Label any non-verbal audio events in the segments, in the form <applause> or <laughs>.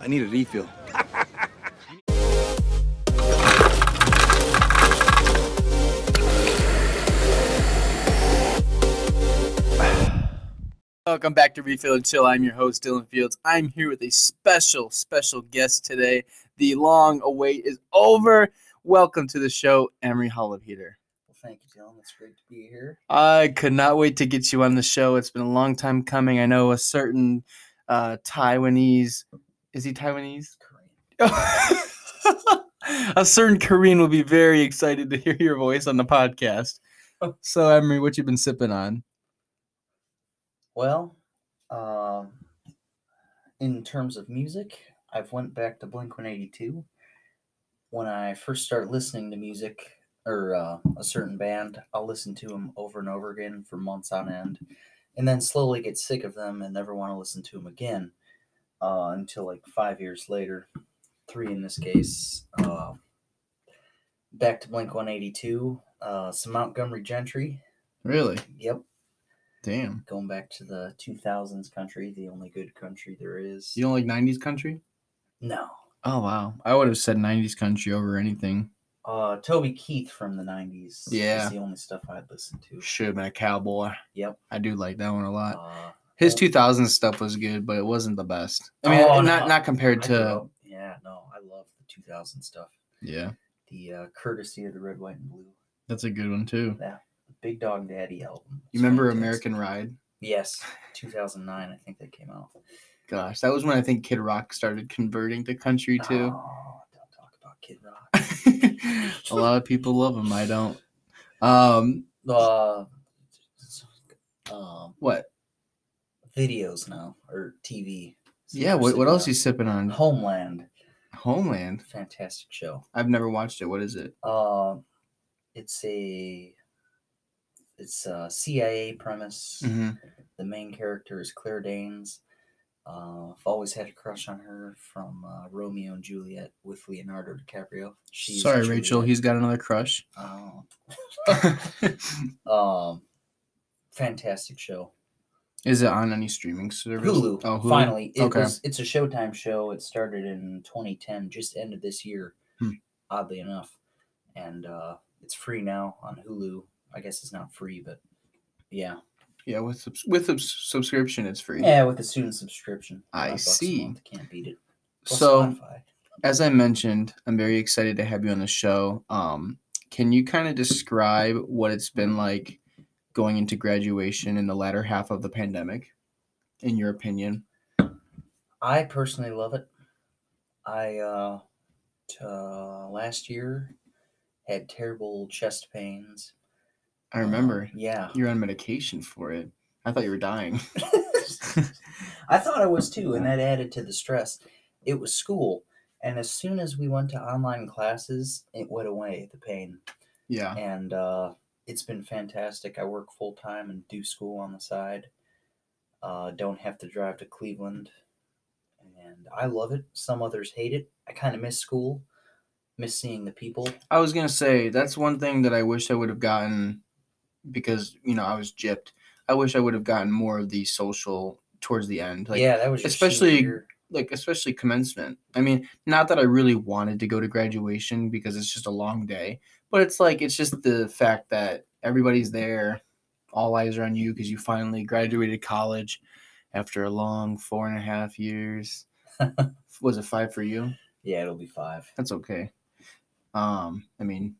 I need a refill. Welcome back to Refill and Chill. I'm your host, Dylan Fields. I'm here with a special, special guest today. The long await is over. Welcome to the show, Emery Hollapeter. Well, thank you, Dylan. It's great to be here. I could not wait to get you on the show. It's been a long time coming. I know a certain uh, Taiwanese. Is he Taiwanese? <laughs> It's Korean. a certain Korean will be very excited to hear your voice on the podcast. Oh. So, Emery, what you been sipping on? Well, um, in terms of music, I've went back to Blink One Eighty Two. When I first start listening to music or uh, a certain band, I'll listen to them over and over again for months on end, and then slowly get sick of them and never want to listen to them again uh, until like five years later, three in this case. Uh, back to Blink One Eighty Two, uh, some Montgomery Gentry. Really? Yep, Damn. going back to the 2000s country, the only good country there is. You don't like 90s country? No. Oh, wow. I would have said 90s country over anything. Uh, Toby Keith from the 90s. Yeah. Is the only stuff I'd listen to. Should have been a cowboy. Yep. I do like that one a lot. Uh, His Oh. 2000 stuff was good, but it wasn't the best. I mean, Oh, not no. not compared I grew to up- yeah, no, I love the 2000 stuff. yeah. The uh, Courtesy of the Red, White, and Blue. That's a good one too. The Big Dog Daddy album. You is remember fantastic. American Ride? Yes. 2009, I think that came out. Gosh, that was when I think Kid Rock started converting to country too. <laughs> Oh, don't talk about Kid Rock. a lot of people love him. I don't. Um, Uh, um, what? videos now, or TV. Yeah. What, what else you you sipping on? Homeland. Homeland. fantastic show. I've never watched it. What is it? Uh, it's a it's a CIA premise. Mm-hmm. The main character is Claire Danes. Uh, I've always had a crush on her from uh, Romeo and Juliet with Leonardo DiCaprio. Sorry, Rachel. Juliet. He's got another <laughs> crush. Oh. is um, fantastic show. it on any streaming service? Hulu. Oh, Hulu. Finally, it Okay. was, it's a Showtime show. It started in 2010, just ended this year, Hmm. oddly enough, and uh, it's free now on Hulu. I guess it's not free, but yeah, Yeah, with subs- with a subscription, it's free. yeah, with a student subscription, I five bucks a see. month, Can't beat it. Plus So, Spotify. as I mentioned, I'm very excited to have you on the show. Um, can you kind of describe what it's been like going into graduation in the latter half of the pandemic, in your opinion? I personally love it. I uh, t- uh, last year had terrible chest pains. I uh, remember yeah, you're on medication for it. I thought you were dying. <laughs> <laughs> I thought I was too, and that added to the stress. It was school, and as soon as we went to online classes, it went away the pain, yeah. and uh, it's been fantastic. I work full time and do school on the side. Uh, don't have to drive to Cleveland, and I love it. Some others hate it. I kind of miss school, miss seeing the people. I was gonna say that's one thing that I wish I would have gotten because you know I was gypped. I wish I would have gotten more of the social towards the end. Like yeah, that was your senior especially- year. like especially commencement. I mean, not that I really wanted to go to graduation because it's just a long day, but it's like it's just the fact that everybody's there, all eyes are on you because you finally graduated college after a long four and a half years. Was it five for you? Yeah, it'll be five. That's okay. Um, I mean,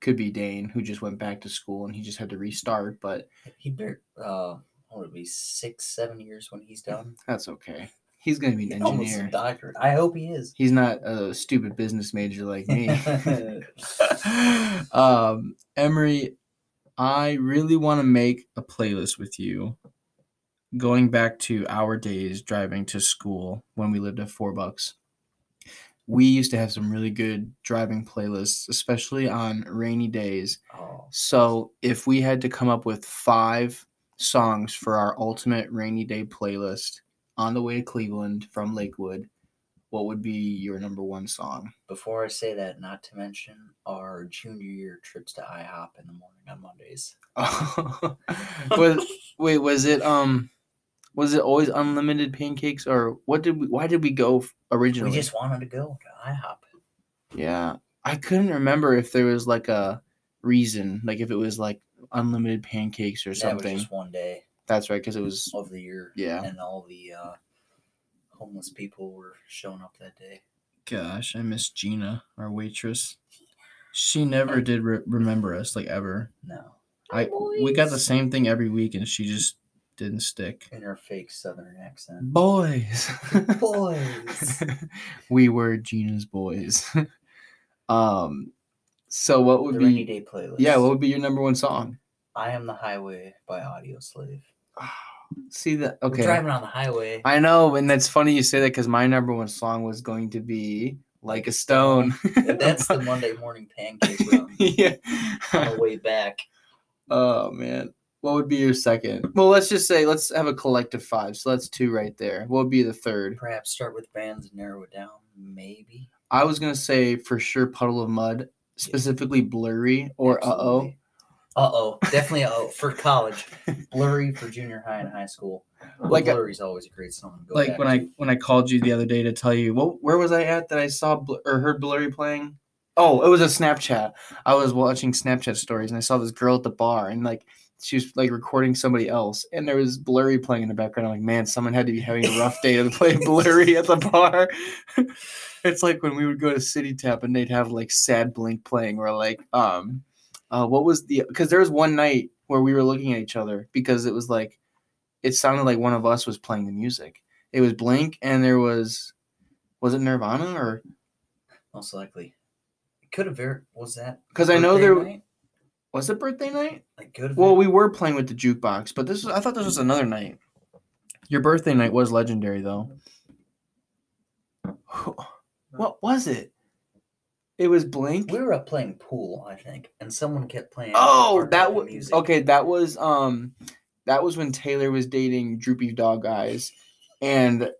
could be Dane who just went back to school and he just had to restart, but He bear uh, what would it be six, seven years when he's done. that's okay. He's gonna be an Almost a engineer. doctorate. I hope he <laughs> is. He's not a stupid business major like <laughs> me. yeah, <laughs> um, Emery, I really want to make a playlist with you. Going back to our days driving to school when we lived at four bucks, we used to have some really good driving playlists, especially on rainy days. oh, So if we had to come up with five songs for our ultimate rainy day playlist on the way to Cleveland from Lakewood, what would be your number one song? <laughs> before I say that, not to mention our junior year trips to IHOP <laughs> in the morning on Mondays. was wait was it um Was it always unlimited pancakes, or what did we? Why did we go f- originally? We just wanted to go to IHOP. yeah, I couldn't remember if there was like a reason, like if it was like unlimited pancakes or That something. was just one day That's right, because it was of the year. Yeah. And all the uh, homeless people were showing up that day. Gosh, I miss Gina, our waitress. She never did re- remember us, like ever. No. I we got the same thing every week, and she just didn't stick. In her fake southern <laughs> accent. Boys, Boys. <laughs> we were Gina's boys. <laughs> um, so what the would be? rainy day playlist. Yeah, what would be your number one song? I am the highway by Audio Slave. See that? We're Okay, driving on the highway. I know, and that's funny you say that because my number one song was going to be "Like a Stone." That's the Monday morning pancake run <laughs> yeah. <laughs> on the way back. Oh man. What would be your second? Well, let's just say let's have a collective five. So that's two right there. What would be the third? Perhaps start with bands and narrow it down. Maybe. I was gonna say for sure puddle of mud, specifically blurry or uh oh. Uh oh. Definitely uh oh. For college. Blurry for junior high and high school. Like a- Blurry's always a great song. to go Like back when I to. when I called you the other day to tell you what where was I at that I saw bl- or heard blurry playing. Oh, it was a Snapchat. I was watching Snapchat stories and I saw this girl at the bar and like she was like recording somebody else and there was blurry playing in the background. I'm like, man, someone had to be having a rough day to <laughs> play blurry at the bar. <laughs> it's like when we would go to City Tap and they'd have like sad blink playing or like um uh what was the because there was one night where we were looking at each other because it was like it sounded like one of us was playing the music. It was Blink and there was was it Nirvana or Most likely. It could have ver- was that because I know birthday there night? was it birthday night. It could have Well, been. we were playing with the jukebox, but this was, I thought this was another night. Your birthday night was legendary though. What was it? It was Blink. we were up playing pool, I think, and someone kept playing. Oh, hard that rock was okay. That was um, that was when Taylor was dating Droopy Dog Eyes, and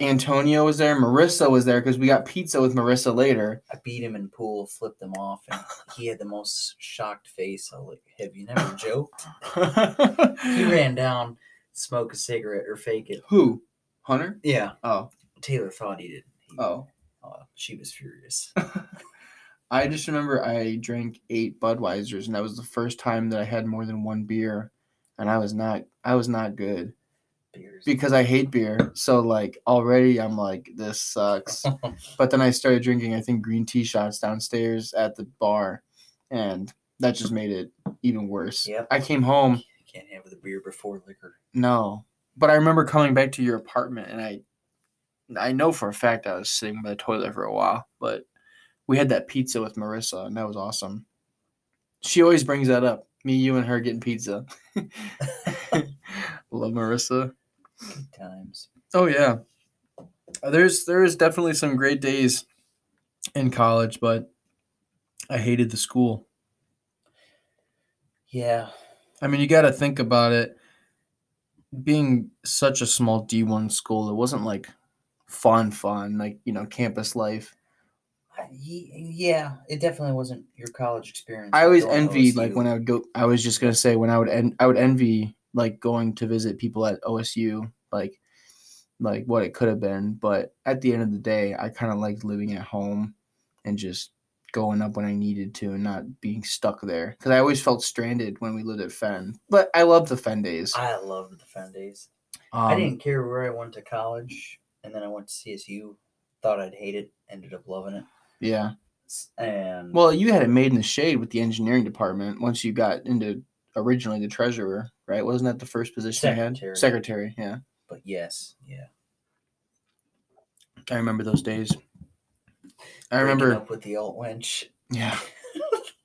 Antonio was there. Marissa was there because we got pizza with Marissa <laughs> later. <laughs> I beat him in pool, flipped him off, and he had the most shocked face. I was like, "Have <laughs> you never joked?" <sighs> He ran down, smoke a cigarette or fake it. Who? Hunter? Yeah, Oh, Taylor thought he did. He, oh. uh, she was furious. <laughs> <laughs> I just remember I drank eight Budweisers, and that was the first time that I had more than one beer, and I was not, I was not good. Beers. because I hate beer. So like already I'm like this <laughs> sucks. but then I started drinking I think green tea shots downstairs at the bar and that just made it even worse. <laughs> Yep. I came home you can't have the beer before liquor. no. But I remember coming back to your apartment and I I know for a fact I was sitting by the toilet for a while, but we had that pizza with Marissa and that was awesome. She always brings that up. Me, you and her getting pizza. <laughs> Love Marissa. Good times. Oh yeah, Uh, there's there is definitely some great days in college, but I hated the school. Yeah, I mean, you got to think about it. Being such a small D one school, it wasn't like fun, fun like you know campus life. I, ye- yeah. It definitely wasn't your college experience. I always Going to envied like OSU. when I would go. I was just gonna say when I would en- I would envy like going to visit people at OSU, like like what it could have been. But at the end of the day, I kind of liked living at home and just going up when I needed to and not being stuck there because I always felt stranded when we lived at Fenn. But I love the Fenn days. I loved the fun days. I Um, didn't care where I went to college, and then I went to CSU. Thought I'd hate it, ended up loving it. Yeah. S- And Well, you had it made in the shade with the engineering department once you got into originally the treasurer, right? Wasn't that the first position I Secretary. had? Secretary. Yeah. but yes, yeah. I remember those days. I Breaking remember. up with the alt wench, Yeah.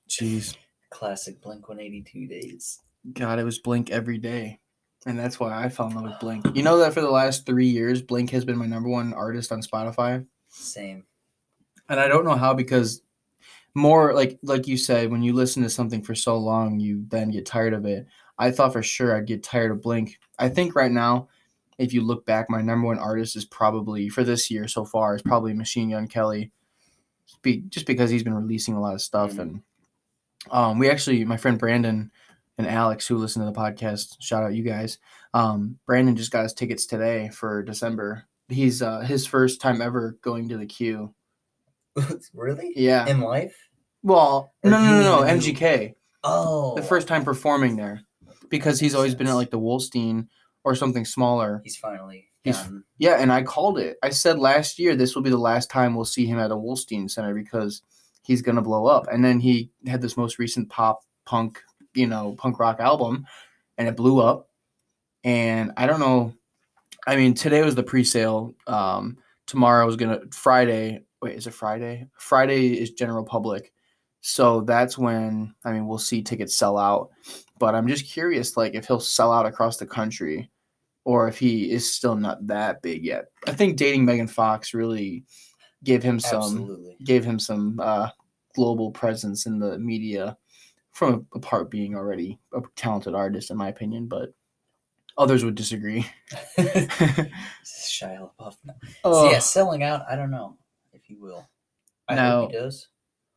Jeez. classic Blink One Eighty Two days. God, it was Blink every day. And that's why I fell in love with Blink. You know that for the last three years, Blink has been my number one artist on Spotify. <laughs> Same. And I don't know how because more like like you said, when you listen to something for so long, you then get tired of it. I thought for sure I'd get tired of Blink. I think right now, if you look back, my number one artist is probably for this year so far is probably Machine Gun Kelly, be, just because he's been releasing a lot of stuff. Mhm. And um, we actually, my friend Brandon and Alex who listen to the podcast. Shout out you guys. Um, Brandon just got his tickets today for December. He's uh, his first time ever going to the queue. really? Yeah. In life? Well, Or no, no, you no, no, mean you. MGK. Oh. The first time performing there because he's always been at like the Wolstein or something smaller. He's finally. He's- gotten- Yeah, and I called it. I said last year this will be the last time we'll see him at a Wolstein Center because he's gonna blow up. And then he had this most recent pop punk, you know, punk rock album, and it blew up. And I don't know. I mean, today was the pre-sale. Um, tomorrow is gonna Friday. Wait, is it Friday? Friday is general public, so that's when I mean we'll see tickets sell out. But I'm just curious, like if he'll sell out across the country or if he is still not that big yet. I think dating Megan Fox really gave him some <laughs> Absolutely. gave him some uh, global presence in the media from apart being already a talented artist in my opinion, but others would disagree. <laughs> Shia LaBeouf. No. oh, So yeah, selling out. I don't know if he will. I hope he does.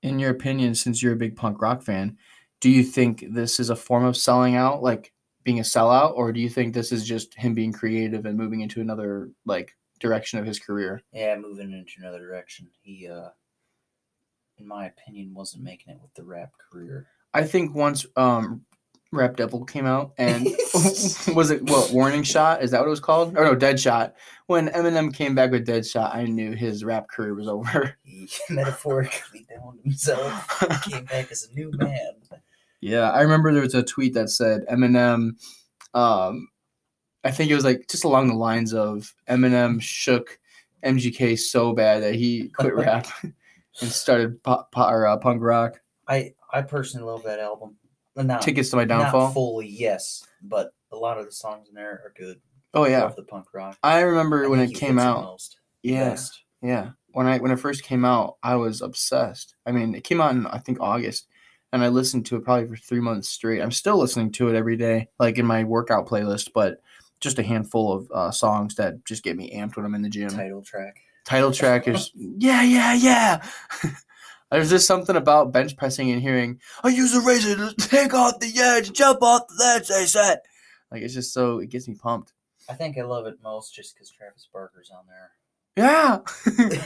In your opinion, since you're a big punk rock fan, do you think this is a form of selling out, like being a sellout, or do you think this is just him being creative and moving into another like direction of his career? Yeah, moving into another direction. He, uh, in my opinion, wasn't making it with the rap career. I think once um Rap Devil came out <laughs> and was it what Warning Shot? Is that what it was called? Or no, Dead Shot. When Eminem came back with Dead Shot, I knew his rap career was <laughs> over. He <laughs> metaphorically downed himself. Came back as a new <laughs> man. yeah, I remember there was a tweet that said Eminem um I think it was like just along the lines of Eminem shook MGK so bad that he <laughs> quit rap and started pop, pop, or, uh, punk rock. I, I personally love that album. Not, Tickets to my not downfall. fully, yes, but a lot of the songs in there are good. Oh yeah. Love the punk rock. I I remember when think it he came hits out. most. Yeah. Best. Yeah. When I when it first came out, I was obsessed. I mean, it came out in I think August, and I listened to it probably for three months straight. I'm still listening to it every day, like in my workout playlist, but just a handful of uh, songs that just get me amped when I'm in the gym. Title track. Title track is <laughs> yeah, yeah, yeah. <laughs> There's just something about bench pressing and hearing I use a razor to take off the edge, jump off the ledge. They said, like it's just so it gets me pumped. I think I love it most just because Travis Barker's on there. Yeah.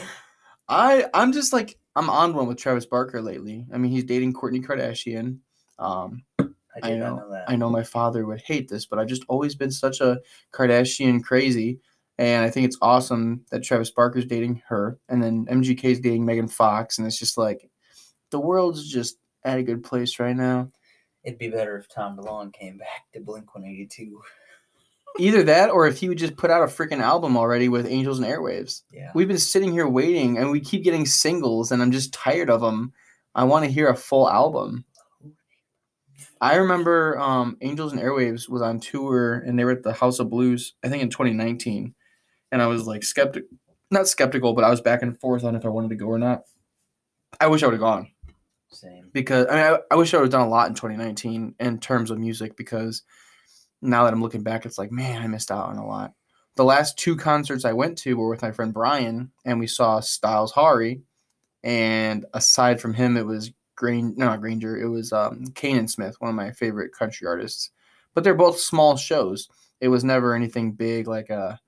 I I'm just like I'm on one with Travis Barker lately. I mean, he's dating Courtney Kardashian. Um, I I did not know that. I know my father would hate this, but I've just always been such a Kardashian crazy, and I think it's awesome that Travis Barker's dating her, and then MGK's dating Megan Fox, and it's just like the world's just at a good place right now. It'd be better if Tom DeLonge came <laughs> back to Blink 182. Either that, or if he would just put out a freaking album already with Angels and Airwaves. Yeah. We've been sitting here waiting, and we keep getting singles, and I'm just tired of them. I want to hear a full album. I remember um, Angels and Airwaves was on tour, and they were at the House of Blues, I think in 2019, and I was like skeptic, not skeptical, but I was back and forth on if I wanted to go or not. I wish I would have gone <laughs> Same. because I mean I, I wish I would have done a lot in 2019 in terms of music because now that I'm looking back, it's like man, I missed out on a lot. The last two concerts I went to were with my friend Brian, and we saw Styles Hari, and aside from him, it was Grain no not Granger, it was um, Kanan Smith, one of my favorite country artists. But they're both small shows. It was never anything big like a.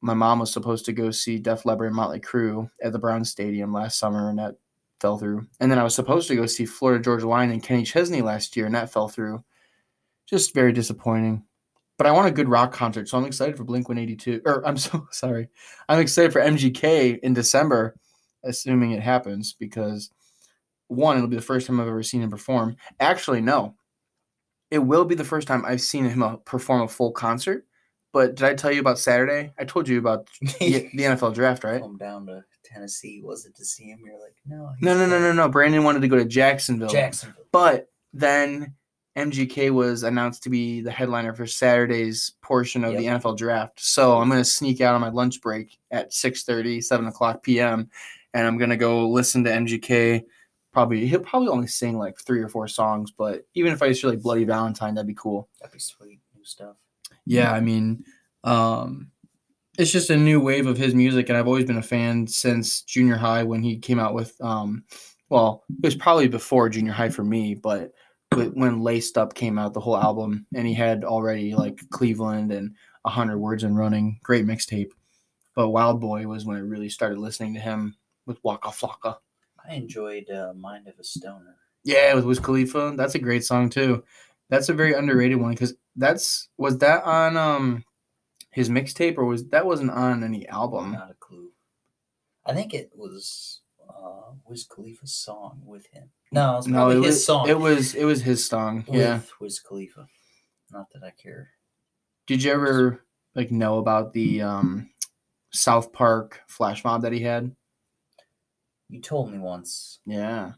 My mom was supposed to go see Def Leppard and Motley Crue at the Brown Stadium last summer, and that fell through. And then I was supposed to go see Florida Georgia Line and Kenny Chesney last year, and that fell through. Just very disappointing. But I want a good rock concert, so I'm excited for Blink 182. Or I'm <laughs> so sorry. I'm excited for MGK in December, assuming it happens, because one, it'll be the first time I've ever seen him perform. Actually, no. It will be the first time I've seen him uh, perform a full concert. But did I tell you about Saturday? I told you about the, <laughs> the NFL draft, right? Come down to Tennessee. Was it to see him? You're like, no. he's No, no, no, dead. no, no. Brandon wanted to go to Jacksonville. Jacksonville. But then MGK was announced to be the headliner for Saturday's portion of Yep. the NFL draft. So I'm gonna sneak out on my lunch break at 6:30, 7 o'clock p.m. and I'm gonna go listen to MGK. Probably he'll probably only sing like three or four songs, but even if I just really bloody Valentine, that'd be cool. That'd be sweet. New stuff. Yeah, I mean, um, it's just a new wave of his music, and I've always been a fan since junior high when he came out with, um, well, it was probably before junior high for me, but wi- when Laced Up came out, the whole album, and he had already like Cleveland and A Hundred Words and Running, great mixtape. But Wild Boy was when I really started listening to him with Waka Flocka. I enjoyed uh, Mind of a Stoner. Yeah, with Wiz Khalifa, that's a great song too. That's a very underrated one because that's was that on um his mixtape or was that wasn't on any album? Not a clue. I think it was uh, Wiz Khalifa's song with him. No, it was No, probably it his was song it was it was his song. with Yeah. Wiz Khalifa. Not that I care. Did you ever like know about the um South Park flash mob that he had? You told me once. Yeah.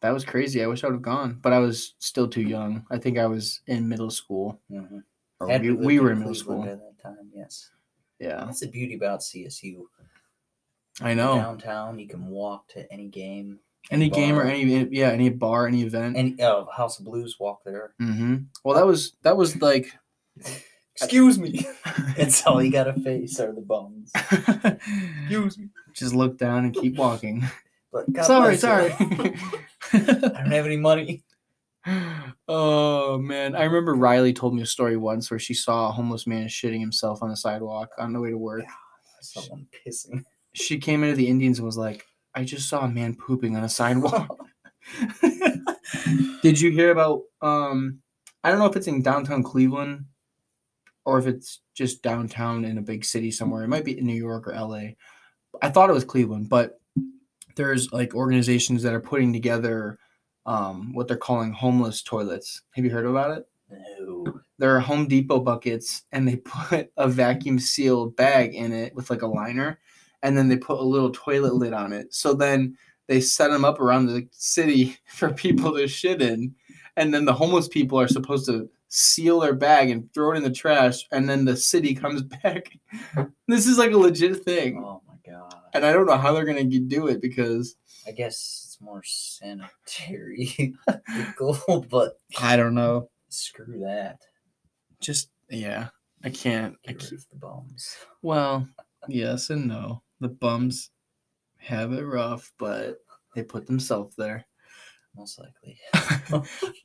That was crazy. I wish I would have gone, but I was still too young. I think I was in middle school. Mm-hmm. Or we, we were in middle school. at that time. Yes, Yeah. that's the beauty about CSU. I know. Downtown, you can walk to any game. Any game or bar. any yeah, any bar, any event. Any uh, House of Blues, walk there. Mhm. Well, that was that was <laughs> like <laughs> Excuse me. that's all you gotta face are the bums. Excuse me. just look down and keep walking. But <laughs> God sorry, <laughs> bless you. <laughs> sorry. I don't have <laughs> any money. oh man, I remember Riley told me a story once where she saw a homeless man shitting himself on the sidewalk on the way to work. Someone pissing. She came into the Indians and was like, "I just saw a man pooping on a sidewalk." <laughs> Did you hear about? Um, I don't know if it's in downtown Cleveland or if it's just downtown in a big city somewhere. It might be in New York or LA. I thought it was Cleveland, but there's like organizations that are putting together um, what they're calling homeless toilets. Have you heard about it? No. there are Home Depot buckets and they <laughs> put a vacuum sealed bag in it with like a liner and then they put a little toilet lid on it. So then they set them up around the city <laughs> for people to shit in. And then the homeless people are supposed to seal their bag and throw it in the trash. And then the city comes <laughs> back. This is like a legit thing. Oh my god. And I don't know how they're going to do it because I guess it's more sanitary <laughs> goal, but I don't know. screw that. Just, yeah, I can't. I Get can't. rid of the bums. Well, yes and no. The bums have it rough, but they put themselves there. Most likely.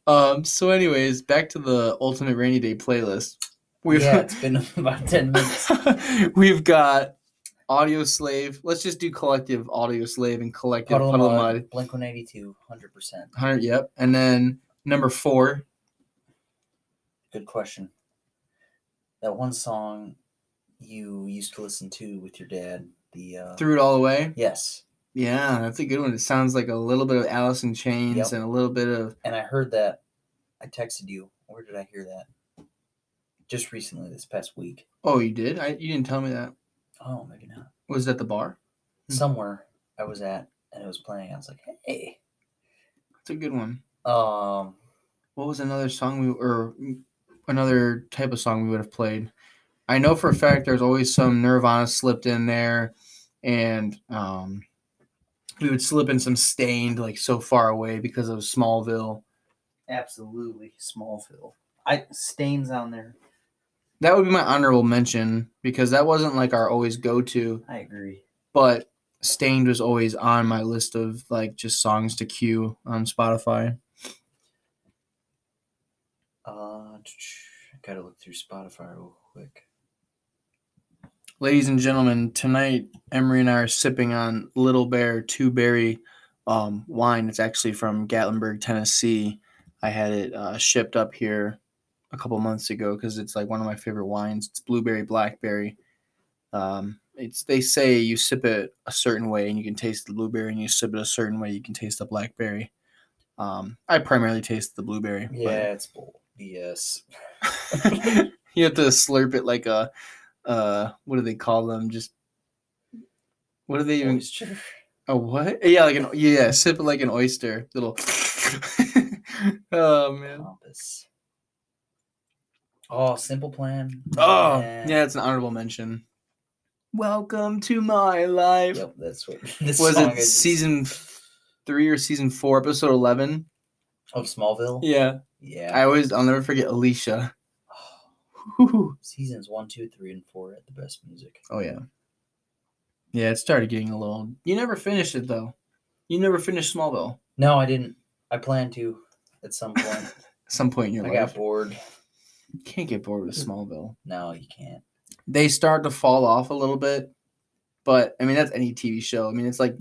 Um. So, anyways, back to the ultimate rainy day playlist. We've yeah, it's been <laughs> about ten minutes. <laughs> we've got Audio Slave. Let's just do collective Audio Slave and collective Puddle, Puddle, of of Mud, Mud. Blink 182, 100%. Hundred. Yep. And then number four. Good question. That one song you used to listen to with your dad, the. Uh, Threw it all away. yes. Yeah, that's a good one. It sounds like a little bit of Alice in Chains Yep. and a little bit of And I heard that. I texted you. Where did I hear that? Just recently, this past week. oh, you did? I you didn't tell me that. Oh, maybe not. Was that the bar? Hmm. Somewhere I was at and it was playing. I was like, hey. That's a good one. Um, what was another song we or another type of song we would have played? I know for a fact there's always some Nirvana slipped in there, and um, we would slip in some Stained like so far away because of Smallville. Absolutely, Smallville. I stains on there. That would be my honorable mention because that wasn't like our always go to, I agree. but Stained was always on my list of like just songs to cue on Spotify. uh, I gotta look through Spotify real quick. Ladies and gentlemen, tonight Emery and I are sipping on Little Bear Two Berry um, wine. It's actually from Gatlinburg, Tennessee. I had it uh, shipped up here a couple months ago because it's like one of my favorite wines. It's blueberry blackberry. Um, it's they say you sip it a certain way and you can taste the blueberry, and you sip it a certain way you can taste the blackberry. Um, I primarily taste the blueberry. but- Yeah, it's bull. BS. <laughs> you have to slurp it like a uh what do they call them just what do they even Moisture. a what yeah like an yeah sip it like an oyster little <laughs> oh man Compass. Oh, Simple Plan. oh Man. yeah it's an honorable mention welcome to my life Yep, <laughs> that's what this was song it is. season f- three or season four episode 11 of Smallville. yeah Yeah. i always i'll never forget alicia Oh, Whew. seasons one, two, three, and four at the best music. Oh yeah. Yeah, it started getting a little. You never finished it though. You never finished Smallville. No, I didn't. I planned to. at some point. At some point <laughs> in your I life, got bored. can't get bored with Smallville. No, you can't. They start to fall off a little bit, but I mean that's any TV show. I mean it's like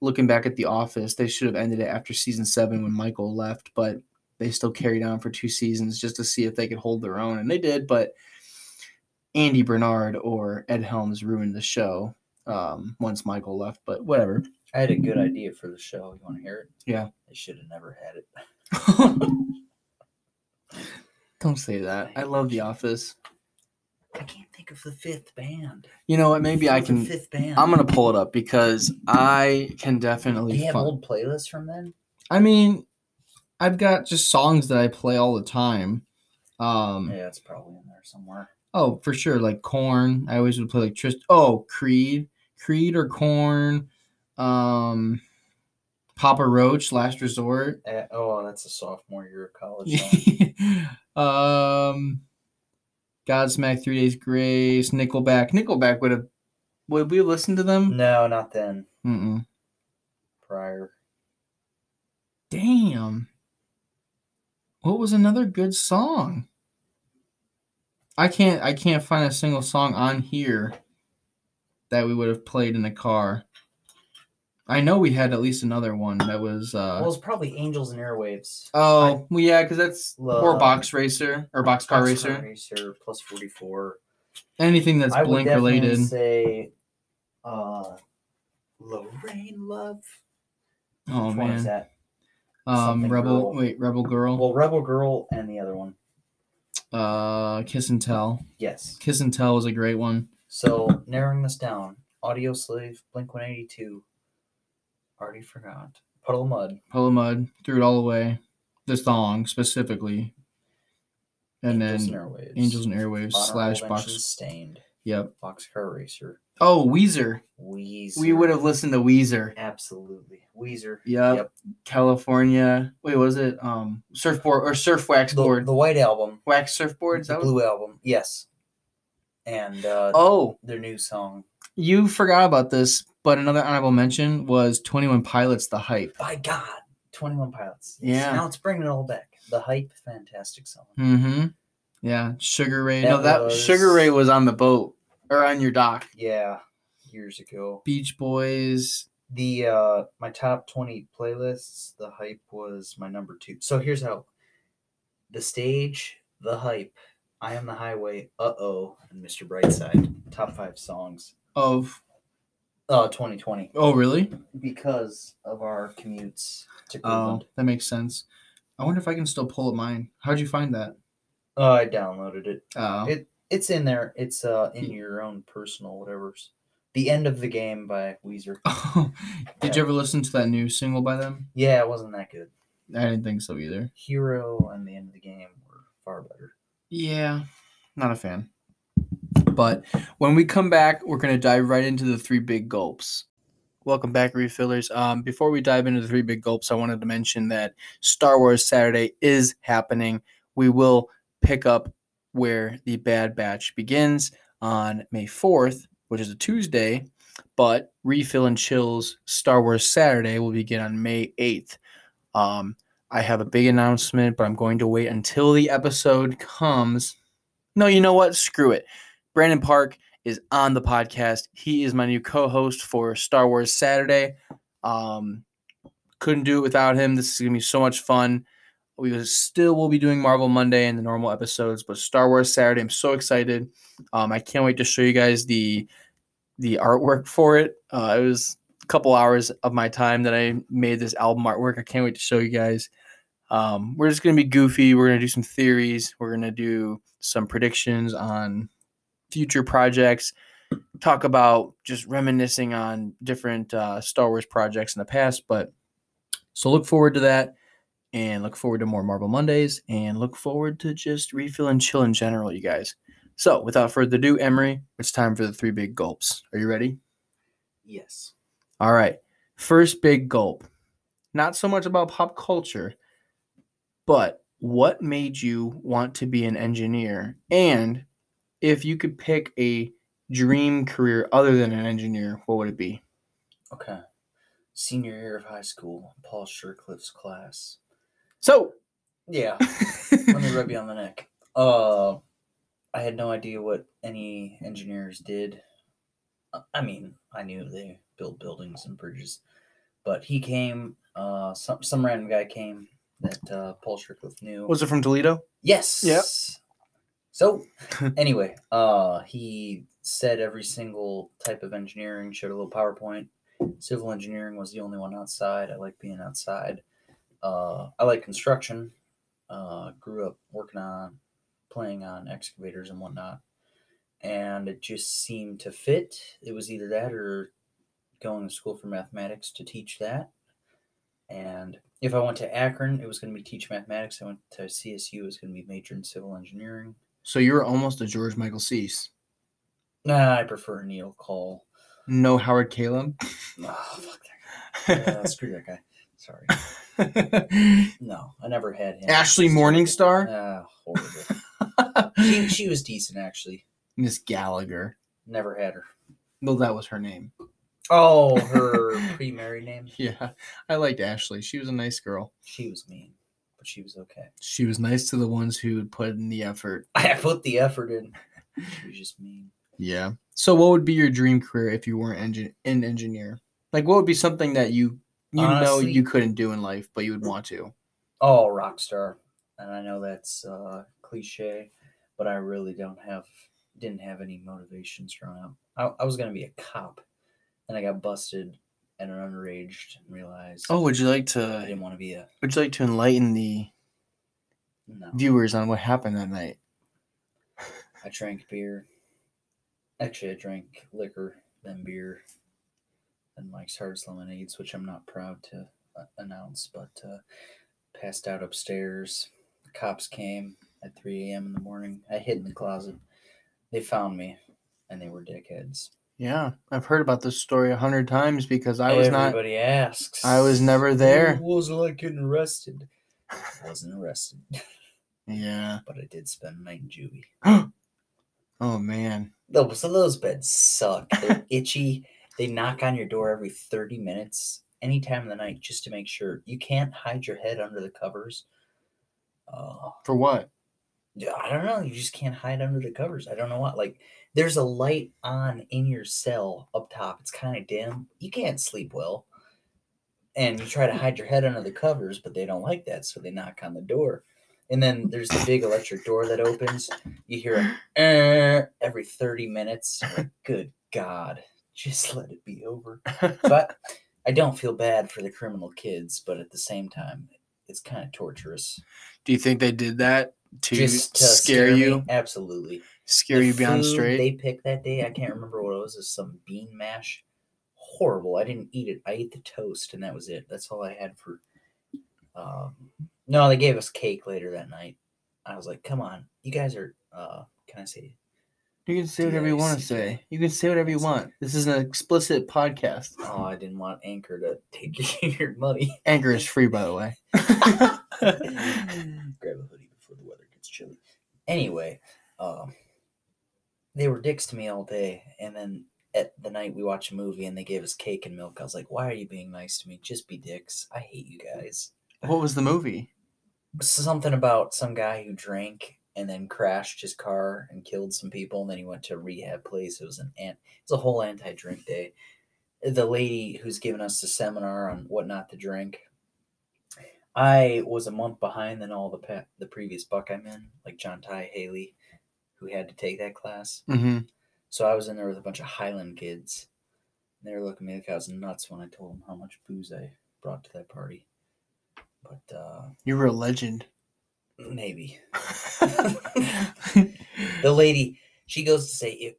looking back at The Office. They should have ended it after season seven when Michael left, but they still carried on for two seasons just to see if they could hold their own, and they did. But Andy Bernard or Ed Helms ruined the show um, once Michael left. But whatever. I had a good idea for the show. You want to hear it? Yeah. I should have never had it. <laughs> Don't say that. I love The Office. I can't think of the fifth band. You know what? Maybe I Who's the can. Fifth band. I'm gonna pull it up because I can Do definitely. you have fi- old playlists from then? I mean, I've got just songs that I play all the time. Um, Yeah, it's probably in there somewhere. Oh, for sure, like Corn. I always would play like Trist. Oh, Creed, Creed or Corn. Um, Papa Roach, Last Resort. Uh, oh, that's a sophomore year of college. song. <laughs> um, Godsmack, Three Days Grace, Nickelback. Nickelback would have. Would we listen to <laughs> them? no, not then. Mm-mm. Prior. Damn. What was another good song? I can't I can't find a single song on here that we would have played in the car. I know we had at least another one that was uh well, it's probably Angels and Airwaves. oh well, yeah, because that's Love- or box racer or boxcar Boxcar racer. Racer plus 44. Anything that's I would blink definitely related. say uh, Lorraine Love. oh Which one man. is that? Um Something Rebel Girl. wait, Rebel Girl. Well, Rebel Girl and the other one. Uh Kiss and Tell. Yes. Kiss and Tell was a great one. So narrowing this down, Audio Slave, Blink 182. Already forgot. Puddle of Mud. Polo Mud, threw it all away. The song specifically, and Angels then Airwaves. Angels and Airwaves Honorable slash mention, Box. Stained. Yep. Boxcar Racer. Oh, Weezer. Weezer. We would have listened to Weezer. Absolutely. Weezer. Yep. Yep. California. Wait, what was it um surfboard or surf wax The, board? the White Album. wax surfboard. Is The that what- Blue Album. Yes. And uh, Oh, their new song. you forgot about this, but another honorable mention was Twenty One Pilots. The hype. By God. 21 Pilots. Yeah. Now it's bringing it all back. The Hype. Fantastic song. Mm-hmm. Yeah, Sugar Ray. That no, that was- Sugar Ray was on the boat or on your dock. Yeah. Years ago. Beach Boys. the uh my top 20 playlists the hype was my number two so here's how the stage the hype i am the highway uh-oh and mr brightside top five songs Of uh 2020 oh, really? because of our commutes to Oh, Cleveland. that makes sense. I wonder if I can still pull up mine. How'd you find that? uh, i downloaded it <laughs> Uh, It- it's in there it's uh in your own personal whatever's the end of the game by weezer did you ever listen to that new single by them? yeah it wasn't that good I didn't think so either. hero and the end of the game were far better Yeah, not a fan. But when we come back, we're going to dive right into the three big gulps. Welcome back, refillers. Um, before we dive into the three big gulps, I wanted to mention that Star Wars Saturday is happening. We will pick up where the Bad Batch begins on May 4th, which is a Tuesday, but Refill and Chill's Star Wars Saturday will begin on May 8th. Um, I have a big announcement, but I'm going to wait until the episode comes. No, you know what? Screw it. Brandon Park is on the podcast. He is my new co-host for Star Wars Saturday. Um, couldn't do it without him. This is gonna be so much fun. We will- still will be doing Marvel Monday and the normal episodes, but Star Wars Saturday. I'm so excited. Um, I can't wait to show you guys the the artwork for it. Uh, it was a couple hours of my time that I made this album artwork. I can't wait to show you guys. Um, we're just gonna be goofy. We're gonna do some theories. We're gonna do some predictions on future projects. Talk about just reminiscing on different uh, Star Wars projects in the past. But so look forward to that, and look forward to more Marble Mondays, and look forward to just refill and chill in general, you guys. So without further ado, Emery, it's time for the three big gulps. Are you ready? yes All right. First big gulp. Not so much about pop culture, but what made you want to be an engineer? And if you could pick a dream career other than an engineer, what would it be? Okay. Senior year of high school, Paul Shercliffe's class. So, Yeah. <laughs> Let me rub you on the neck. Uh, I had no idea what any engineers did. Uh, I mean, I knew they build buildings and bridges, but he came. Uh, some some random guy came that uh, Paul Strickland knew. Was it from Toledo? Yes. So, anyway, uh, he said every single type of engineering showed a little PowerPoint. Civil engineering was the only one outside. I like being outside. Uh, I like construction. Uh, grew up working on, playing on excavators and whatnot, and it just seemed to fit. It was either that or going to school for mathematics to teach that. And if I went to Akron, it was going to be teach mathematics. I went to CSU, it was going to be major in civil engineering. So you were almost a George Michael Cease. Nah, I prefer Neil Cole. No Howard Caleb. Oh, fuck <laughs> that guy. Uh, screw that guy. Sorry. No, I never had him. Ashley Morningstar. Ah, horrible. she, she was decent, actually. <laughs> Miss Gallagher. Never had her. Well, that was her name. Oh, her <laughs> pre-married name. Yeah, I liked Ashley. She was a nice girl. She was mean, but she was okay. She was nice to the ones who would put in the effort. I put the effort in. She was just mean. Yeah. So, what would be your dream career if you weren't engin- an engineer? Like, what would be something that you you know Honestly- you couldn't do in life, but you would want to? Oh, rock star. And I know that's uh, cliche, but I really don't have didn't have any motivations growing up. I, I was gonna be a cop, and I got busted at an underage and realized Oh, would you like I to? didn't want to be a Would you like to enlighten the no. viewers on what happened that night? I drank beer. Actually, I drank liquor, then beer, then Mike's Hard's Lemonades, which I'm not proud to uh, announce, but uh, passed out upstairs. The cops came at 3 a.m. in the morning. I hid in the closet. They found me, and they were dickheads. Yeah, I've heard about this story a hundred times because I was not. Everybody asks. I was never there." What was it like getting arrested? I wasn't arrested, Yeah. but I did spend a night in juvie. Oh man. Those so those beds suck. They're itchy. They knock on your door every thirty minutes, any time of the night, just to make sure you can't hide your head under the covers. Uh, For what? yeah, I don't know. You just can't hide under the covers. I don't know what. Like, there's a light on in your cell up top. It's kind of dim. You can't sleep well, and you try to hide your head under the covers, but they don't like that, so they knock on the door. And then there's the big electric door that opens. You hear a, "Eh," every 30 minutes. You're like, Good God, just let it be over. But I don't feel bad for the criminal kids, but at the same time, it's kind of torturous. Do you think they did that to just to scare, me? you? Absolutely. Scare The you beyond food straight? They picked that day. I can't remember what it was. It was some bean mash. Horrible. I didn't eat it. I ate the toast, and that was it. That's all I had for. Um, no, they gave us cake later that night. I was like, "Come on, you guys are." Uh, can I say? You can say whatever you want to DICK. say. You can say whatever you want. This is an explicit podcast. Oh, I didn't want Anchor to <laughs> take your money. Anchor is free, by the way. <laughs> Grab a hoodie before the weather gets chilly. Anyway, um, they were dicks to me all day, and then at the night we watched a movie and they gave us cake and milk. I was like, "Why are you being nice to me? Just be dicks. I hate you guys." what was the movie? Something about some guy who drank and then crashed his car and killed some people, and then he went to a rehab place. It was an ant. It's a whole anti-drink day. The lady who's giving us the seminar on what not to drink. I was a month behind than all the pa- the previous buck I'm in, like John Ty Haley, who had to take that class. Mm-hmm. So I was in there with a bunch of Highland kids. And they were looking at me like I was nuts when I told them how much booze I brought to that party. But uh, You were a legend. <laughs> maybe the lady she goes to say if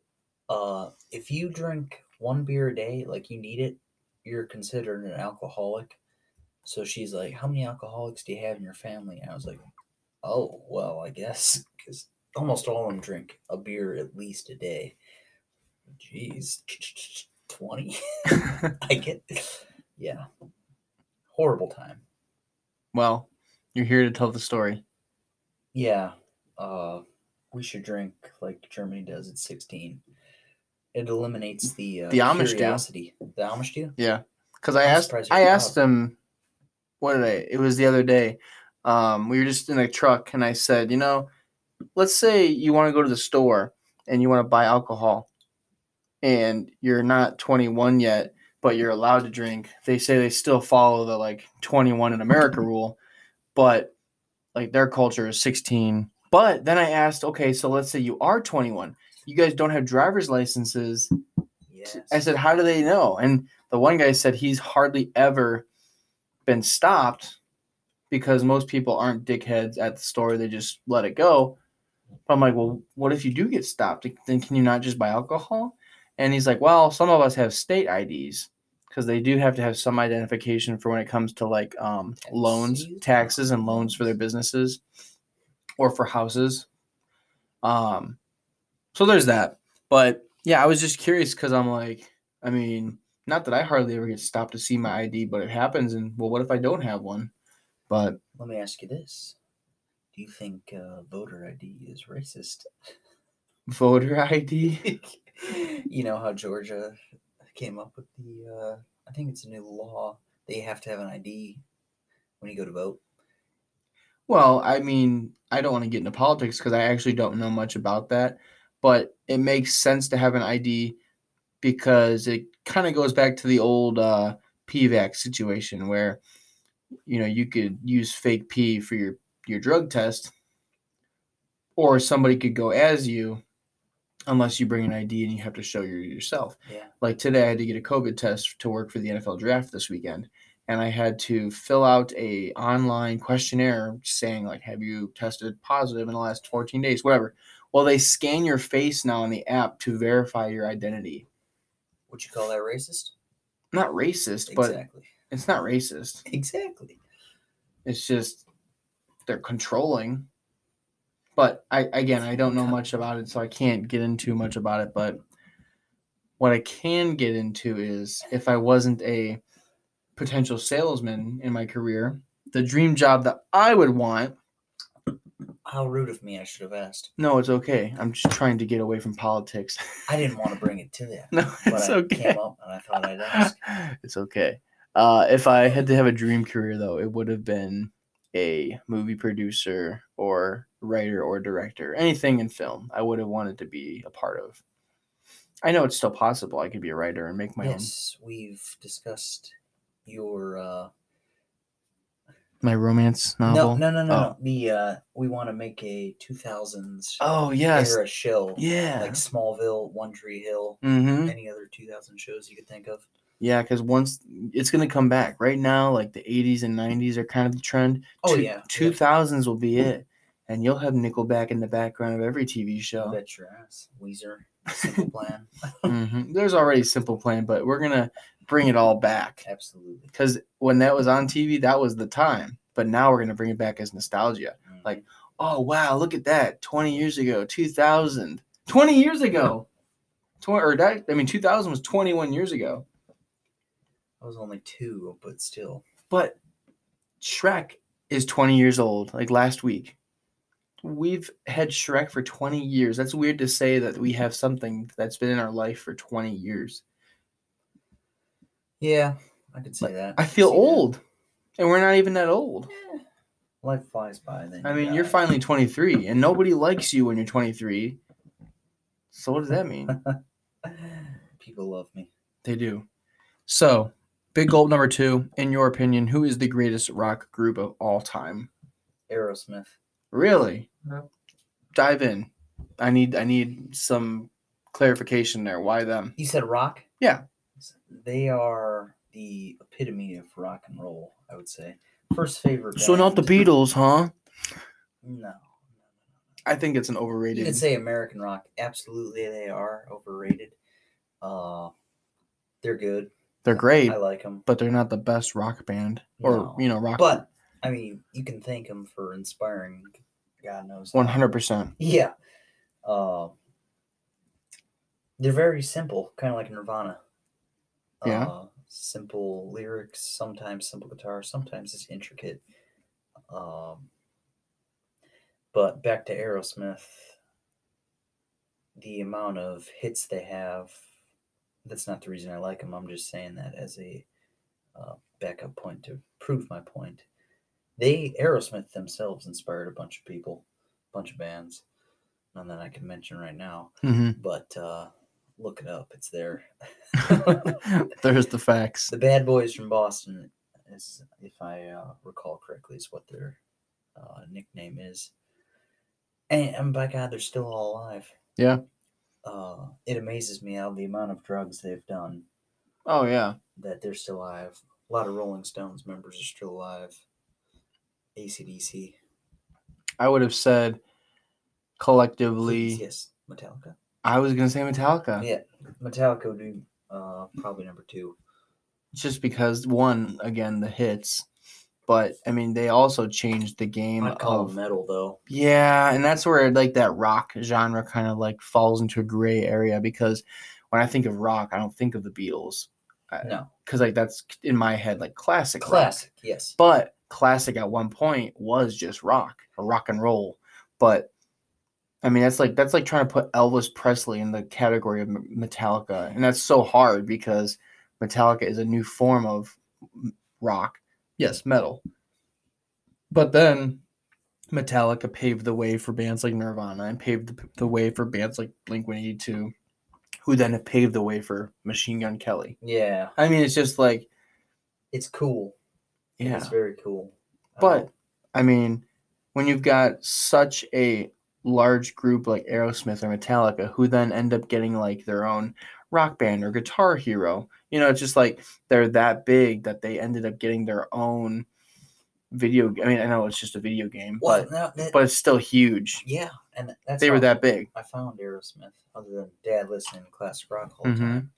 uh if you drink one beer a day like you need it, you're considered an alcoholic. So she's like, "How many alcoholics do you have in your family?" And I was like, "Oh well, I guess because almost all of them drink a beer at least a day." Jeez, twenty. <laughs> I get, yeah, horrible time. well, you're here to tell the story. Yeah, uh, we should drink like Germany does at sixteen. It eliminates the uh, The Amish do. curiosity. The Amish do. Because I I'm asked, surprised you I forgot. asked him, what did I? It was the other day. um, we were just in a truck, and I said, you know, let's say you want to go to the store and you want to buy alcohol, and you're not 21 yet, but you're allowed to drink. They say they still follow the like 21 in America rule, but like their culture is 16. But then I asked, okay, so let's say you are 21. You guys don't have driver's licenses. Yes. I said, "How do they know?" And the one guy said he's hardly ever been stopped because most people aren't dickheads at the store; they just let it go. But I'm like, "Well, what if you do get stopped? Then can you not just buy alcohol?" And he's like, "Well, some of us have state IDs because they do have to have some identification for when it comes to like um, loans, Taxes. taxes, and loans for their businesses or for houses." Um, so there's that. But yeah, I was just curious because I'm like, I mean, not that I hardly ever get stopped to see my ID, but it happens. And well, what if I don't have one? But <laughs> Let me ask you this: Do you think uh, voter ID is racist? <laughs> voter ID? you know how Georgia came up with the uh, I think it's a new law that you have to have an ID when you go to vote. Well, I mean, I don't want to get into politics because I actually don't know much about that, but it makes sense to have an ID because it kind of goes back to the old uh, PVAC situation where you know you could use fake P for your your drug test, or somebody could go as you, unless you bring an ID and you have to show your yourself Yeah. like today i had to get a covid test to work for the nfl draft this weekend and i had to fill out a online questionnaire saying like have you tested positive in the last 14 days whatever well they scan your face now in the app to verify your identity Would you call that racist? not racist but Exactly. <laughs> it's not racist Exactly. it's just they're controlling but i again i don't know much about it so i can't get into much about it but what i can get into is if i wasn't a potential salesman in my career the dream job that i would want How rude of me! I should have asked. no it's okay i'm just trying to get away from politics I didn't want to bring it to that, <laughs> no <laughs> but it's I okay came up and I thought <laughs> I'd ask. it's okay. Uh, if I had to have a dream career, though, it would have been a movie producer or writer or director, anything in film. I would have wanted to be a part of. I know it's still possible. I could be a writer and make my yes, we've discussed your uh, own my romance no, novel. no, no, no, no. The uh, we want to make a two thousands Oh yes, era show, yeah. like Smallville, One Tree Hill, mm-hmm. any other two thousand shows you could think of. Yeah, because once it's gonna come back. Right now, like the '80s and '90s are kind of the trend. Oh, Two- yeah. two thousands will be it, and you'll have Nickelback in the background of every TV show. Bet your ass, Weezer, <laughs> Simple Plan, hmm There's already Simple Plan, but we're gonna bring it all back absolutely. because when that was on TV, that was the time. But now we're gonna bring it back as nostalgia. Mm. Like- Oh wow, look at that! 20 years ago, 2000. 20 years ago, 20 or that, I mean, 2000 was 21 years ago. I was only two, but still, But Shrek is 20 years old. Like last week, we've had Shrek for 20 years. That's weird to say that we have something that's been in our life for 20 years. yeah, I could say that. I feel see that. old, and we're not even that old. Eh, Life flies by. Then I you mean, you're die. finally 23, and nobody likes you when you're 23. So what does that <laughs> mean? People love me. they do. So, big goal number two. In your opinion, who is the greatest rock group of all time? Aerosmith. Really? Yep. Dive in. I need I need some clarification there. Why them? You said rock. Yeah. They are the epitome of rock and roll. I would say. First favorite. So not the band- Beatles, huh? No. I think it's an overrated. You could say American rock. Absolutely, they are overrated. Uh, they're good. they're great, I like them. but they're not the best rock band or No. you know rock. But I mean, you can thank him for inspiring. God knows. how. one hundred <laughs> percent. <laughs> Yeah. Uh, they're very simple, kind of like Nirvana. Yeah. Uh, simple lyrics, sometimes simple guitar, sometimes it's intricate. Um, but back to Aerosmith, the amount of hits they have. That's not the reason I like them. I'm just saying that as a uh, backup point to prove my point. They Aerosmith themselves inspired a bunch of people, a bunch of bands. None that I can mention right now, hmm but uh, look it up. It's there. There's the <laughs> facts. The Bad Boys from Boston is, if I uh, recall correctly, is what their uh, nickname is. And, and by God, they're still all alive. Yeah. Uh, it amazes me how the amount of drugs they've done Oh yeah. that they're still alive. A lot of Rolling Stones members are still alive. ACDC. I would have said collectively. Yes, Metallica. I was gonna say Metallica. Yeah, Metallica would be uh, probably number two. just because one again the hits but i mean they also changed the game I'd call of them metal, though. yeah and that's where like that rock genre kind of like falls into a gray area because when i think of rock i don't think of the beatles No. because like that's in my head like classic rock. Classic, yes. but classic at one point was just rock or rock and roll but i mean that's like that's like trying to put elvis presley in the category of M- metallica and that's so hard because metallica is a new form of m- rock yes metal but then metallica paved the way for bands like nirvana and paved the, the way for bands like blink 182 who then have paved the way for machine gun kelly Yeah, i mean it's just like it's cool. yeah It's very cool. Um, I But I mean, when you've got such a large group like Aerosmith or Metallica, who then end up getting like their own rock band or guitar hero, you know, it's just like they're that big that they ended up getting their own video. I mean, I know it's just a video game, Well, but no, that- but it's still huge. yeah, and that's They were how that big. I found Aerosmith, other than Dad listening to classic rock all the Mhm. time.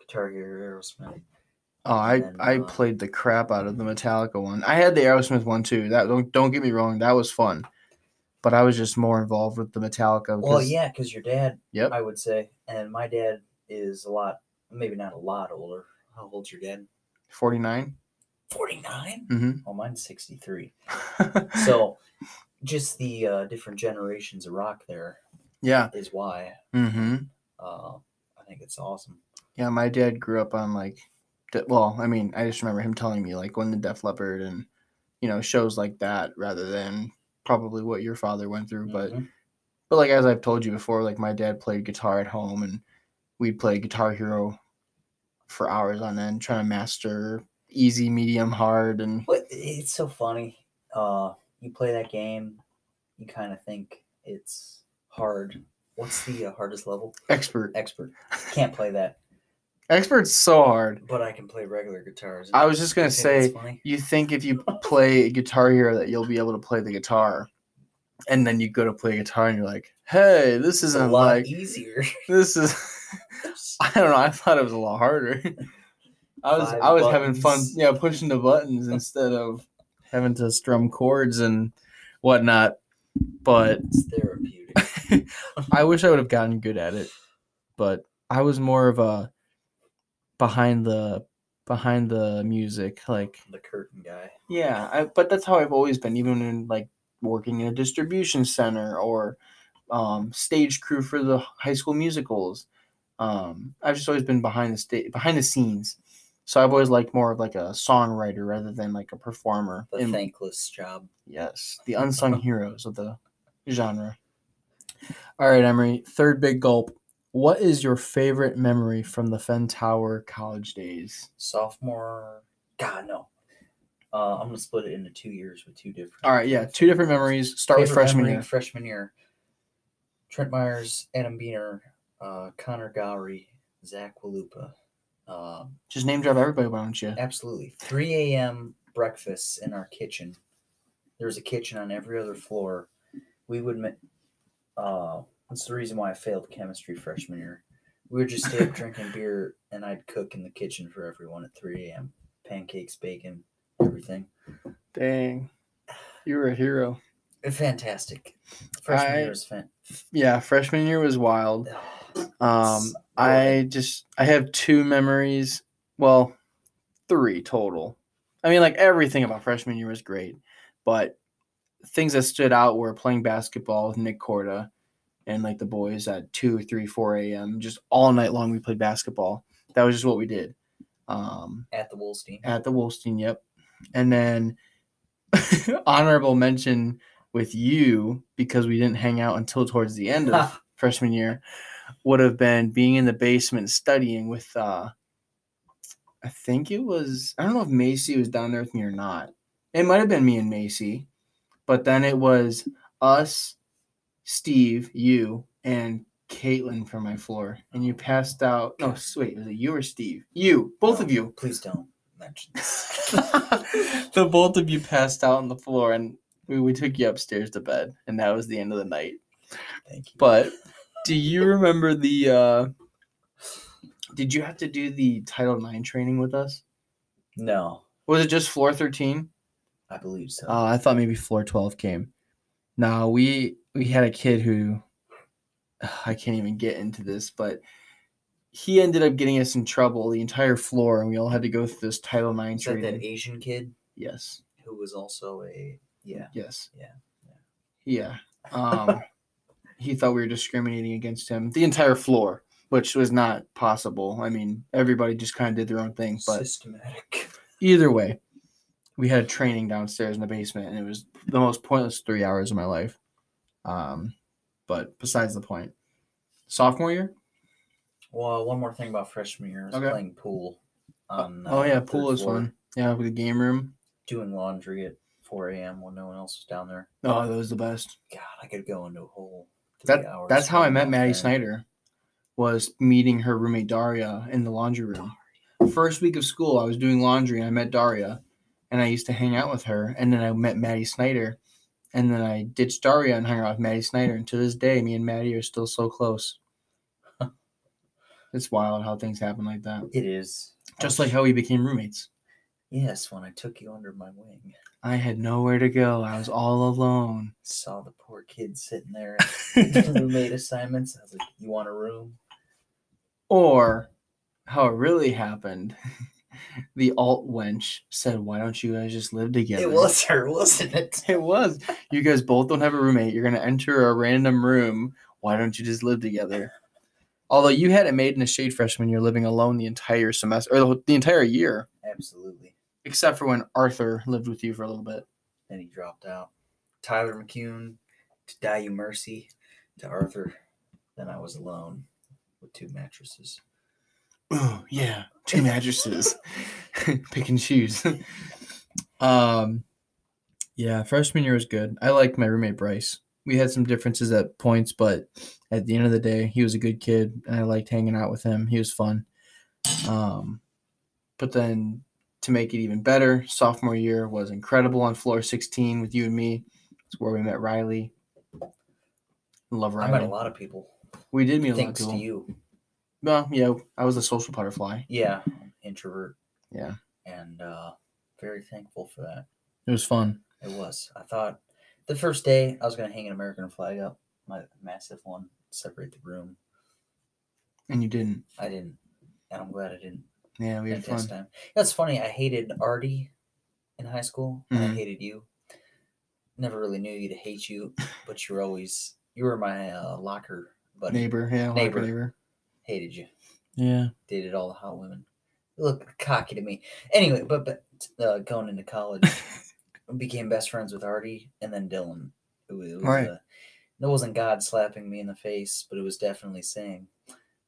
Guitar Hero, Aerosmith. Oh, I And then, I uh, played the crap out of the Metallica one. I had the Aerosmith one too. That don't don't get me wrong, that was fun, but I was just more involved with the Metallica. Well, because- yeah, because your dad, Yep. I would say, and my dad is a lot, maybe not a lot older. How old's your dad? Forty nine. Forty nine. Mm-hmm. Oh, mine's sixty three. So, just the uh, different generations of rock there <laughs> yeah. is why Mm-hmm. uh, I think it's awesome. Yeah, my dad grew up on like, de- well, I mean, I just remember him telling me like when the Def Leppard and you know shows like that rather than probably what your father went through. But Mhm. but like as I've told you before, like my dad played guitar at home and we'd play Guitar Hero for hours on end, trying to master easy, medium, hard, and But it's so funny. Uh, you play that game, you kind of think it's hard. What's the uh, hardest level? expert. Expert. Can't play that, Expert's so hard. but I can play regular guitars. I was just You <laughs> gonna think say that's funny? you think if you play Guitar Hero that you'll be able to play the guitar, and then you go to play guitar and you're like, hey, this it's a isn't lot like easier. <laughs> this is. <laughs> I don't know. I thought it was a lot <laughs> harder. I was Five I was having fun, buttons. yeah, pushing the buttons instead of having to strum chords and whatnot. But it's therapeutic. I wish I would have gotten good at it. But I was more of a behind the behind the music like the curtain guy. yeah, I, but that's how I've always been, even in like working in a distribution center or um, stage crew for the high school musicals. Um, I've just always been behind the sta- behind the scenes, so I've always liked more of like a songwriter rather than like a performer. The in- thankless job. yes, the <laughs> unsung heroes of the genre. All right, Emery. Third big gulp. What is your favorite memory from the Fen Tower college days? Sophomore. God, no. Uh, I'm going to split it into two years with two different. All right, yeah, two different memories. Start with Favorite freshman memory year. of Freshman year. Trent Myers, Adam Beener, uh, Connor Gowry, Zach Walupa. Um, Just name drop everybody, why don't you? absolutely. 3 a.m. breakfasts in our kitchen. There was a kitchen on every other floor. We would. ma- Uh, that's the reason why I failed chemistry freshman year. We would just stay <laughs> up drinking beer, and I'd cook in the kitchen for everyone at 3 a.m. Pancakes, bacon, everything. Dang. You were a hero. Fantastic. Freshman I- year was fan. Yeah, freshman year was wild. <sighs> Um I just I have two memories. Well, three total. I mean like everything about freshman year was great, but things that stood out were playing basketball with Nick Corda and like the boys at 2, 3, 4 a.m. Just all night long we played basketball. That was just what we did. Um at the Wolstein. at the Wolstein, yep. And then <laughs> honorable mention with you because we didn't hang out until towards the end <laughs> of freshman year would have been being in the basement studying with uh I think it was I don't know if Macy was down there with me or not. It might have been me and Macy, but then it was us, Steve, you, and Caitlin from my floor. And you passed out no s- wait, was it you or Steve? You, both of No, you. Please don't mention <laughs> this. the both of you passed out on the floor and we, we took you upstairs to bed and that was the end of the night. Thank you. But do you remember the uh did you have to do the Title IX training with us? no, Was it just floor 13? I believe so. Uh, I thought maybe floor 12 came. No, we we had a kid who <sighs> I can't even get into this, but he ended up getting us in trouble the entire floor and we all had to go through this Title IX Is that training. that Asian kid yes. who was also a yeah? Yes. Yeah, Yeah. Um, <laughs> he thought we were discriminating against him, the entire floor, which was not possible. I mean, everybody just kind of did their own thing. But Systematic. either way, we had training downstairs in the basement, and it was the most pointless three hours of my life. Um, but besides the point, sophomore year. Well, one more thing about freshman year is Okay. playing pool. On, oh uh, yeah, third pool is floor, fun. Yeah, with the game room. Doing laundry at 4 a.m. when no one else was down there. Oh, that was the best. God, I could go into a whole three That hours. that's how I doing met Maddie nothing. Snyder. Was meeting her roommate Daria in the laundry room. First week of school, I was doing laundry and I met Daria, and I used to hang out with her. And then I met Maddie Snyder, and then I ditched Daria and hung out with Maddie Snyder. And to this day, me and Maddie are still so close. <laughs> it's wild how things happen like that. It is. Just like how we became roommates. Yes, when I took you under my wing, I had nowhere to go. I was all alone. saw the poor kid sitting there <laughs> doing roommate assignments. I was like, "You want a room?" Or how it really happened. <laughs> the alt wench said, Why don't you guys just live together? It was her, wasn't it? <laughs> It was. You guys both don't have a roommate. You're going to enter a random room. Why don't you just live together? Although you had it made in a shade freshman, you're living alone the entire semester or the, whole- the entire year, Absolutely. except for when Arthur lived with you for a little bit. Then he dropped out. Tyler McCune to Die You Mercy to Arthur. Then I was alone with two mattresses. Oh, <clears throat> yeah. <laughs> Two mattresses. <laughs> Pick and choose. <laughs> um yeah, freshman year was good. I liked my roommate Bryce. We had some differences at points, but at the end of the day, he was a good kid and I liked hanging out with him. He was fun. Um but then to make it even better, sophomore year was incredible on floor 16 with you and me. It's where we met Riley. Love I met a Riley. lot of people. We did meet a lot of Thanks people. to you. Well, yeah, I was a social butterfly. Yeah, I'm introvert. Yeah. And uh, very thankful for that. It was fun. It was. I thought the first day I was going to hang an American flag up, my massive one, separate the room. And you didn't. I didn't. And I'm glad I didn't. Yeah, we had at this fun. time. That's funny. I hated Artie in high school, and I Mhm. hated you. Never really knew you to hate you, but you were always you were my uh, locker buddy. Neighbor, yeah, like Neighbor. neighbor. Hated you. Yeah. Dated all the hot women. You Look cocky to me. Anyway, but but uh, going <laughs> into college, became best friends with Artie and then Dylan. It was, it was, Right. uh, it wasn't God slapping me in the face, but it was definitely saying,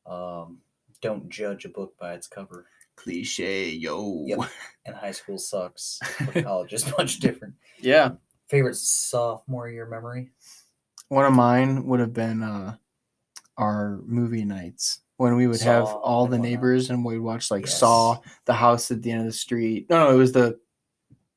um, "Don't judge a book by its cover." Cliche, yo. <laughs> Yep. And high school sucks. but college is much different. Yeah. Favorite sophomore year memory? One of mine would have been uh our movie nights when we would have Saw, all like the whatnot. neighbors and we'd watch like Yes. Saw, the house at the end of the street. No, no, it was the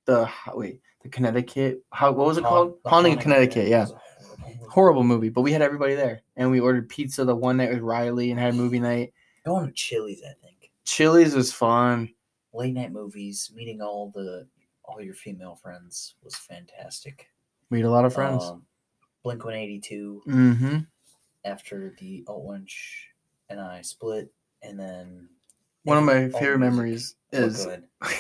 the wait, the Connecticut. How what was it called? the Haunting in Haunting Connecticut. Yeah. was a horrible movie. Horrible movie, but we had everybody there, and we ordered pizza the one night with Riley, and had movie night. Going to Chili's, I think. Chili's was fun. Late night movies, meeting all the all your female friends was fantastic. We had a lot of friends. Um, Blink One Eighty Two mm-hmm. after the Alt Wench and I split, and then One of my Alt favorite music. memories Oh, go is ahead. <laughs>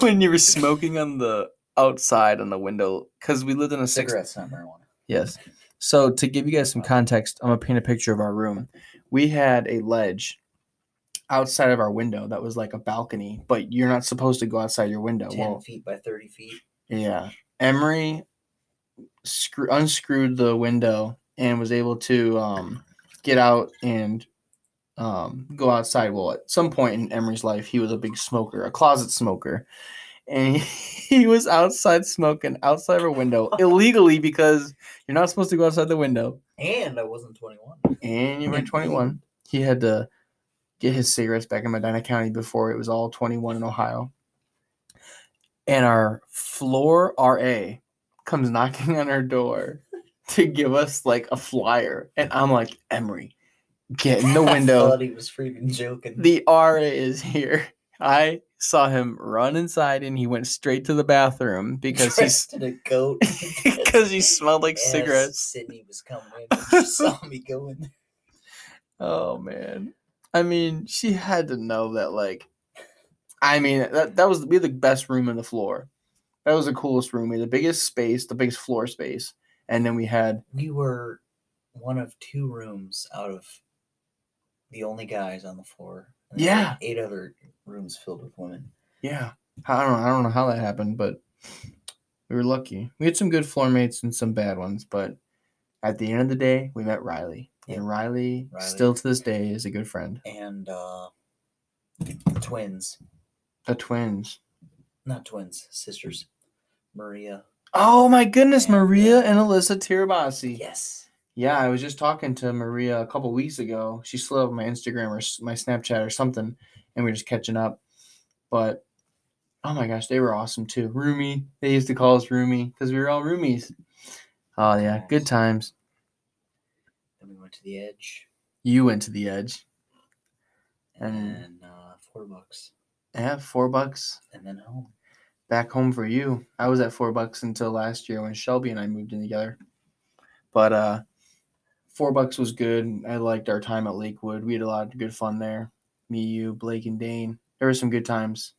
when you were smoking on the outside on the window because we lived in a six. cigarettes, not marijuana. Yes. So to give you guys some context, I'm gonna paint a picture of our room. We had a ledge outside of our window that was like a balcony, but you're not supposed to go outside your window. 10 Well, feet by 30 feet. yeah. Emery screw- unscrewed the window and was able to um, get out and um, go outside. Well, at some point in Emery's life, he was a big smoker, a closet smoker. And <laughs> he was outside smoking outside of a window illegally because you're not supposed to go outside the window. And I wasn't 21. and you were And- 21. He had to get his cigarettes back in Medina County before it was all 21 in Ohio. And our floor RA comes knocking on our door to give us like a flyer. And I'm like, Emery, get <laughs> in the I window. thought he was freaking joking. the RA is here. I saw him run inside and he went straight to the bathroom because he's Dressed in a goat. <laughs> because he smelled like As cigarettes. Sydney was coming in. and She <laughs> saw me go in. Oh man. I mean, she had to know that like I mean, that that was be the best room in the floor. That was the coolest room. We had the biggest space, the biggest floor space. And then we had We were one of two rooms out of the only guys on the floor. And there were Yeah. Eight other rooms filled with women. yeah. I don't know, I don't know how that happened, but we were lucky. We had some good floor mates and some bad ones, but at the end of the day, we met Riley. And Riley, Riley. still to this day is a good friend. And uh, twins. The twins. Not twins, sisters. Maria. Oh my goodness, And, uh, Maria and Alyssa Tirabassi. Yes. Yeah, I was just talking to Maria a couple weeks ago. She slid up my Instagram or s- my Snapchat or something, and we are just catching up. But oh my gosh, they were awesome too. Roomie, they used to call us Roomie because we were all roomies. Oh yeah, good times. Then we went to the edge. You went to the edge. And And- then uh, four bucks. Yeah, four bucks And then home. back home for you. I was at four bucks until last year when Shelby and I moved in together. But uh, four bucks was good. I liked our time at Lakewood. We had a lot of good fun there. Me, you, Blake, and Dane. There were some good times.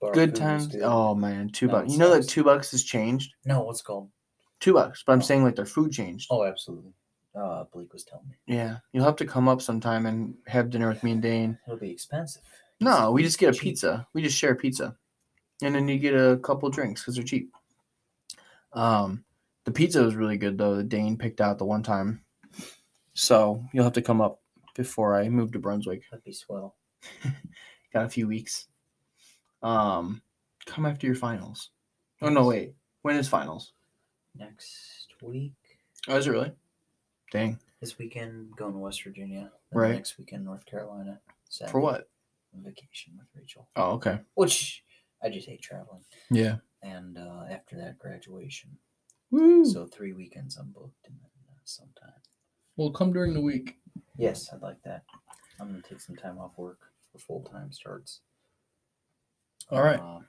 Bar good food was times. good. Oh man, two No, bucks. it's You know not. that two bucks has changed. No, what's it called? Two bucks, but I'm Oh. saying like their food changed. Oh, absolutely. Uh, Blake was telling me. Yeah, you'll have to come up sometime and have dinner with me and Dane. It'll be expensive. No, we just get a Cheap. pizza. We just share a pizza, and then you get a couple drinks because they're cheap. Um, the pizza was really good though. That Dane picked out the one time, so you'll have to come up before I move to Brunswick. That'd be swell. Got a few weeks. Um, come after your finals. Oh no, wait. When is finals? Next week, Oh, is it really? Dang. this weekend, going to West Virginia. then Right. Next weekend, North Carolina. Saturday, For what? on Vacation with Rachel. Oh, okay. Which I just hate traveling. Yeah. And uh, after that, graduation. Woo. So three weekends I'm booked and then uh, sometime. we'll come during the week. Yes, I'd like that. I'm gonna take some time off work for full time starts. All right. Uh,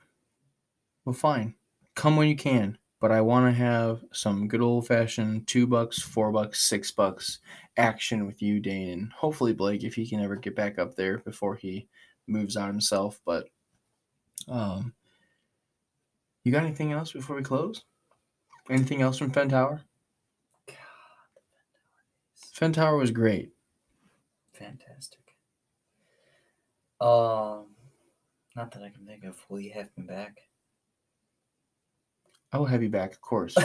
Well, fine. Come when you can, but I want to have some good old fashioned two bucks, four bucks, six bucks action with you, Dane, and hopefully Blake if he can ever get back up there before he moves on himself. But, um, you got anything else before we close? Anything else from Fen Tower? God, Fen Tower was great. fantastic. Um, not that I can think of. Will you have me <laughs> back? I will have you back, of <laughs> course,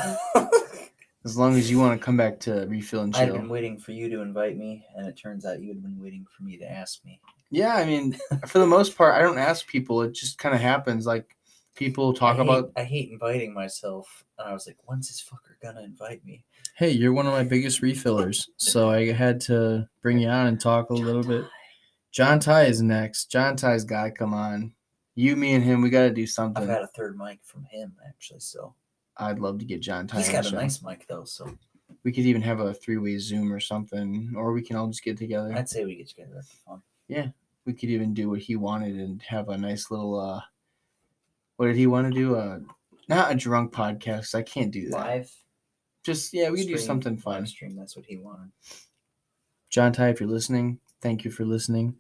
as long as you want to come back to refill and I've chill. been waiting for you to invite me, and it turns out you had been waiting for me to ask me. Yeah, I mean, for the most part, I don't ask people. It just kind of happens. Like people talk I hate- about, I hate inviting myself, and I was like, when's this fucker gonna invite me? hey, you're one of my biggest refillers, so I had to bring you on and talk a little bit. John Ty is next. John Ty's got to come on. You, me, and him, we got to do I've something. got a third mic from him actually, so I'd love to get John Ty. he's on got the a show. nice mic though. So We could even have a three-way Zoom or something, or we can all just get together. I'd say we get together. That'd be fun. we could even do what he wanted and have a nice little. uh What did he want to do? Uh, not a drunk podcast. I can't do that. Live. Just yeah, we could do stream, something live fun. Stream. That's what he wanted. John Ty, if you're listening, thank you for listening.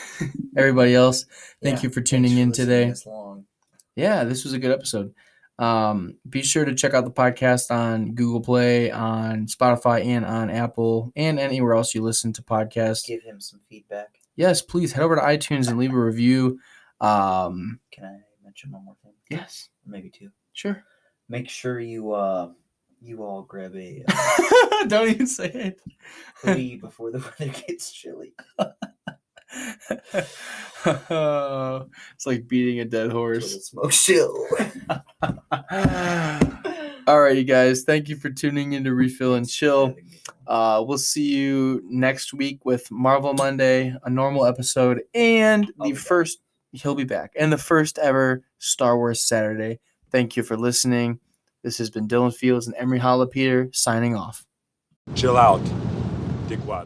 <laughs> Everybody else, thank Yeah, you for thanks tuning for in listening today. This long. Yeah, this was a good episode. Um, be sure to check out the podcast on Google Play, on Spotify, and on Apple, and anywhere else you listen to podcasts. Give him some feedback. yes, please head over to iTunes and leave a review. Um, Can I mention one more thing? yes, Maybe two. sure. <laughs> Make sure you uh you all grab a uh, Don't even say it. <laughs> hoodie before the weather gets chilly. it's like beating a dead horse. Little smoke show. <sighs> All right, you guys. Thank you for tuning in to Refill and <laughs> Chill. Uh, we'll see you next week with Marvel Monday, a normal episode, and I'll be the back. first. He'll be back, and the first ever Star Wars Saturday. Thank you for listening. This has been Dylan Fields and Emery Hollapeter signing off. Chill out, dickwad.